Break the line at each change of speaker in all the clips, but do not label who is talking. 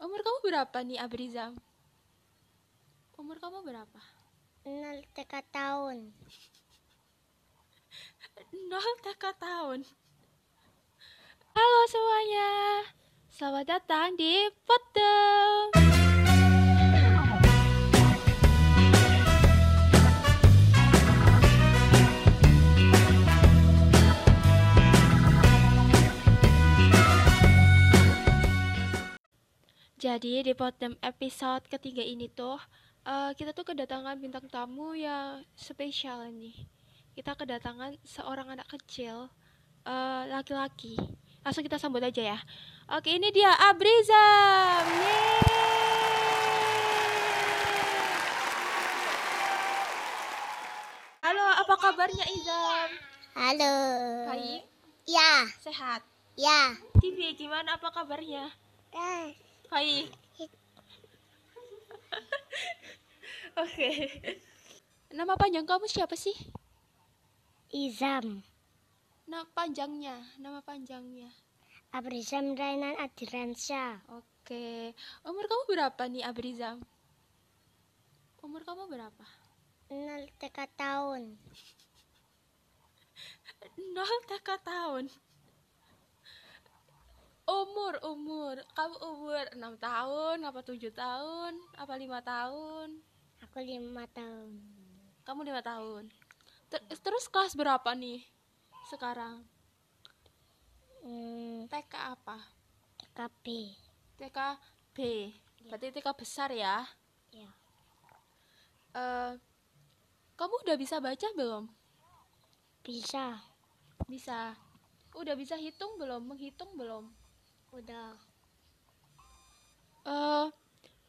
Umur kamu berapa nih Abrizam? Umur kamu berapa?
0 TK tahun.
Nol TK tahun. Halo semuanya. Selamat datang di Potem. Jadi di Potem episode ketiga ini tuh eh, kita tuh kedatangan bintang tamu yang spesial nih. Kita kedatangan seorang anak kecil eh, laki-laki. Langsung kita sambut aja ya. Oke, ini dia Abrizam. Yeay. Halo, apa kabarnya Izam?
Halo.
Baik,
Ya,
sehat.
ya.
TV gimana apa kabarnya? Baik. Oke. Nama panjang kamu siapa sih?
Izam.
Nama panjangnya, nama panjangnya.
Abrizam Rainan Adiransyah.
Oke. Umur kamu berapa nih, Abrizam? Umur kamu berapa?
0 TK tahun.
Nol TK tahun. Umur, umur. Kamu umur 6 tahun, apa 7 tahun, apa 5 tahun?
Aku lima tahun.
Kamu 5 tahun. Ter- terus kelas berapa nih sekarang?
Hmm,
TK apa?
TKB.
TKB. Berarti TK besar ya.
Ya.
Eh, kamu udah bisa baca belum?
Bisa.
Bisa. Udah bisa hitung belum? Menghitung belum?
Udah.
Eh,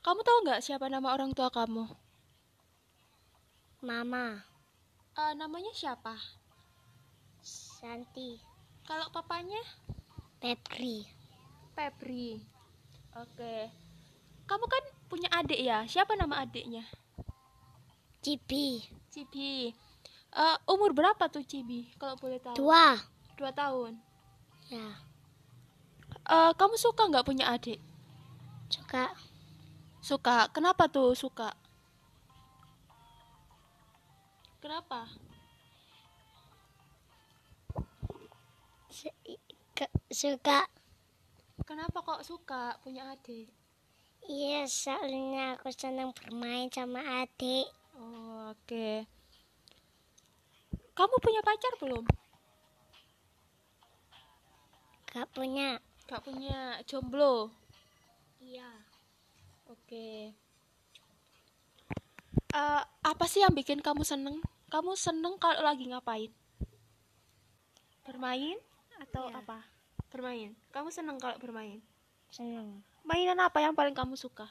kamu tahu nggak siapa nama orang tua kamu?
Mama.
Eh, namanya siapa?
Santi.
Kalau papanya?
Pepri.
Febri. Oke. Kamu kan punya adik ya? Siapa nama adiknya?
Cibi.
Cibi. Eh, umur berapa tuh Cibi? Kalau boleh tahu?
Dua.
Dua tahun.
Ya.
Eh, kamu suka nggak punya adik?
Suka.
Suka. Kenapa tuh suka? Kenapa?
Su- ke- suka.
Kenapa kok suka punya adik?
Iya, soalnya aku senang bermain sama adik.
Oh, oke. Kamu punya pacar belum?
Gak punya.
Gak punya, jomblo.
Iya.
Oke. Eh, apa sih yang bikin kamu seneng? Kamu seneng kalau lagi ngapain? Bermain atau
Iya.
apa? Bermain. Kamu seneng kalau bermain?
Senang.
Mainan apa yang paling kamu suka?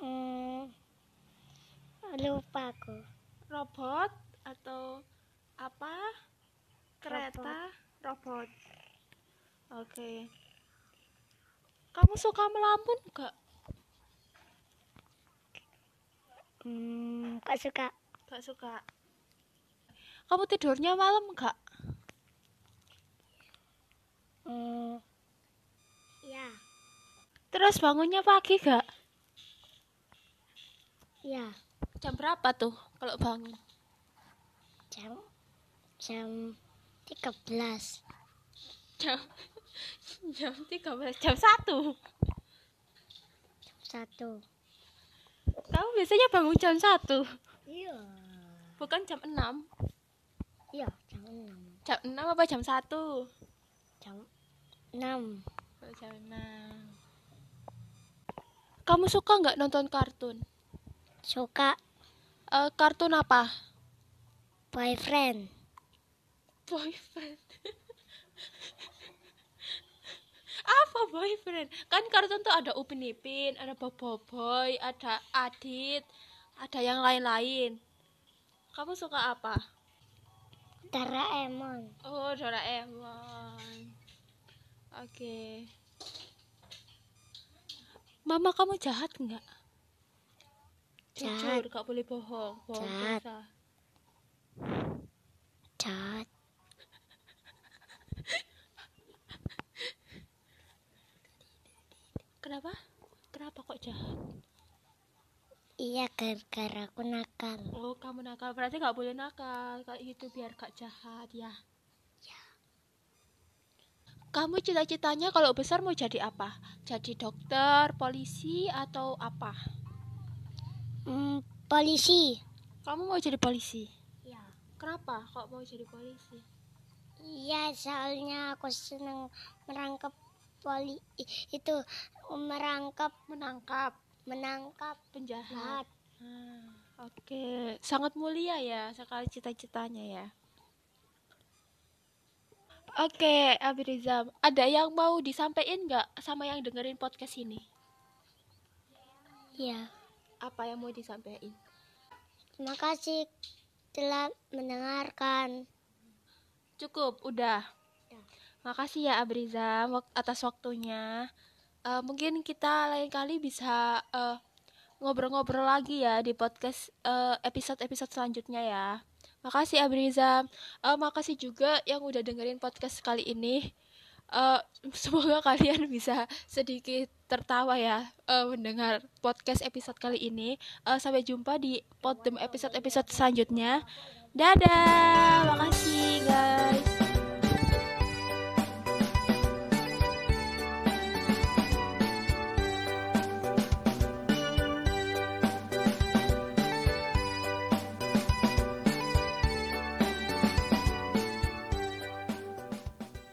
Hmm, lupa aku.
Robot atau apa? Kereta, robot. Oke. Kamu suka melamun gak?
Hmm, gak suka.
Gak suka. Kamu tidurnya malam gak?
Hmm, ya,
Terus bangunnya pagi gak?
ya.
Jam berapa tuh kalau bangun?
Jam jam 13.
Jam jam 13, jam 1.
Satu.
Kamu biasanya bangun jam 1,
Iya.
bukan jam 6.
Iya, jam 6.
Jam 6 apa jam 1?
Jam 6.
Jam 6. Kamu suka nggak nonton kartun?
Suka
Eh, kartun apa?
boyfriend.
Boyfriend. apa boyfriend? Kan kartun tuh ada Upin Ipin, ada Boboiboy, ada Adit, ada yang lain-lain. Kamu suka apa?
Doraemon.
Oh, Doraemon. Oke. Mama kamu jahat nggak?
Jahat.
Jujur, nggak boleh bohong. Bohong
Jahat.
dosa.
Jahat.
Kenapa? Kenapa? Kenapa kok jahat?
Iya gara-gara aku nakal.
Oh, kamu nakal. Berarti nggak boleh nakal. Kayak gitu biar gak jahat ya. Kamu cita-citanya kalau besar mau jadi apa? Jadi dokter, polisi, atau apa?
Hmm, polisi.
Kamu mau jadi polisi? Iya. Kenapa kok mau jadi polisi?
Iya soalnya aku senang merangkap poli i- itu merangkap
Menangkap
menangkap
penjahat.
jahat.
Ah, Oke, sangat mulia ya sekali cita-citanya ya. Oke, Abirizam, ada yang mau disampaikan nggak sama yang dengerin podcast ini?
Iya.
Apa yang mau disampaikan?
Terima kasih telah mendengarkan.
Cukup, udah.
Ya.
Makasih ya Abriza wak- atas waktunya. Eh, mungkin kita lain kali bisa eh, ngobrol-ngobrol lagi ya di podcast eh, episode-episode selanjutnya ya. Makasih Abriza. Eh, makasih juga yang udah dengerin podcast kali ini. Eh, semoga kalian bisa sedikit tertawa ya eh, mendengar podcast episode kali ini. Eh, sampai jumpa di Podem episode-episode selanjutnya. Dadah, makasih guys.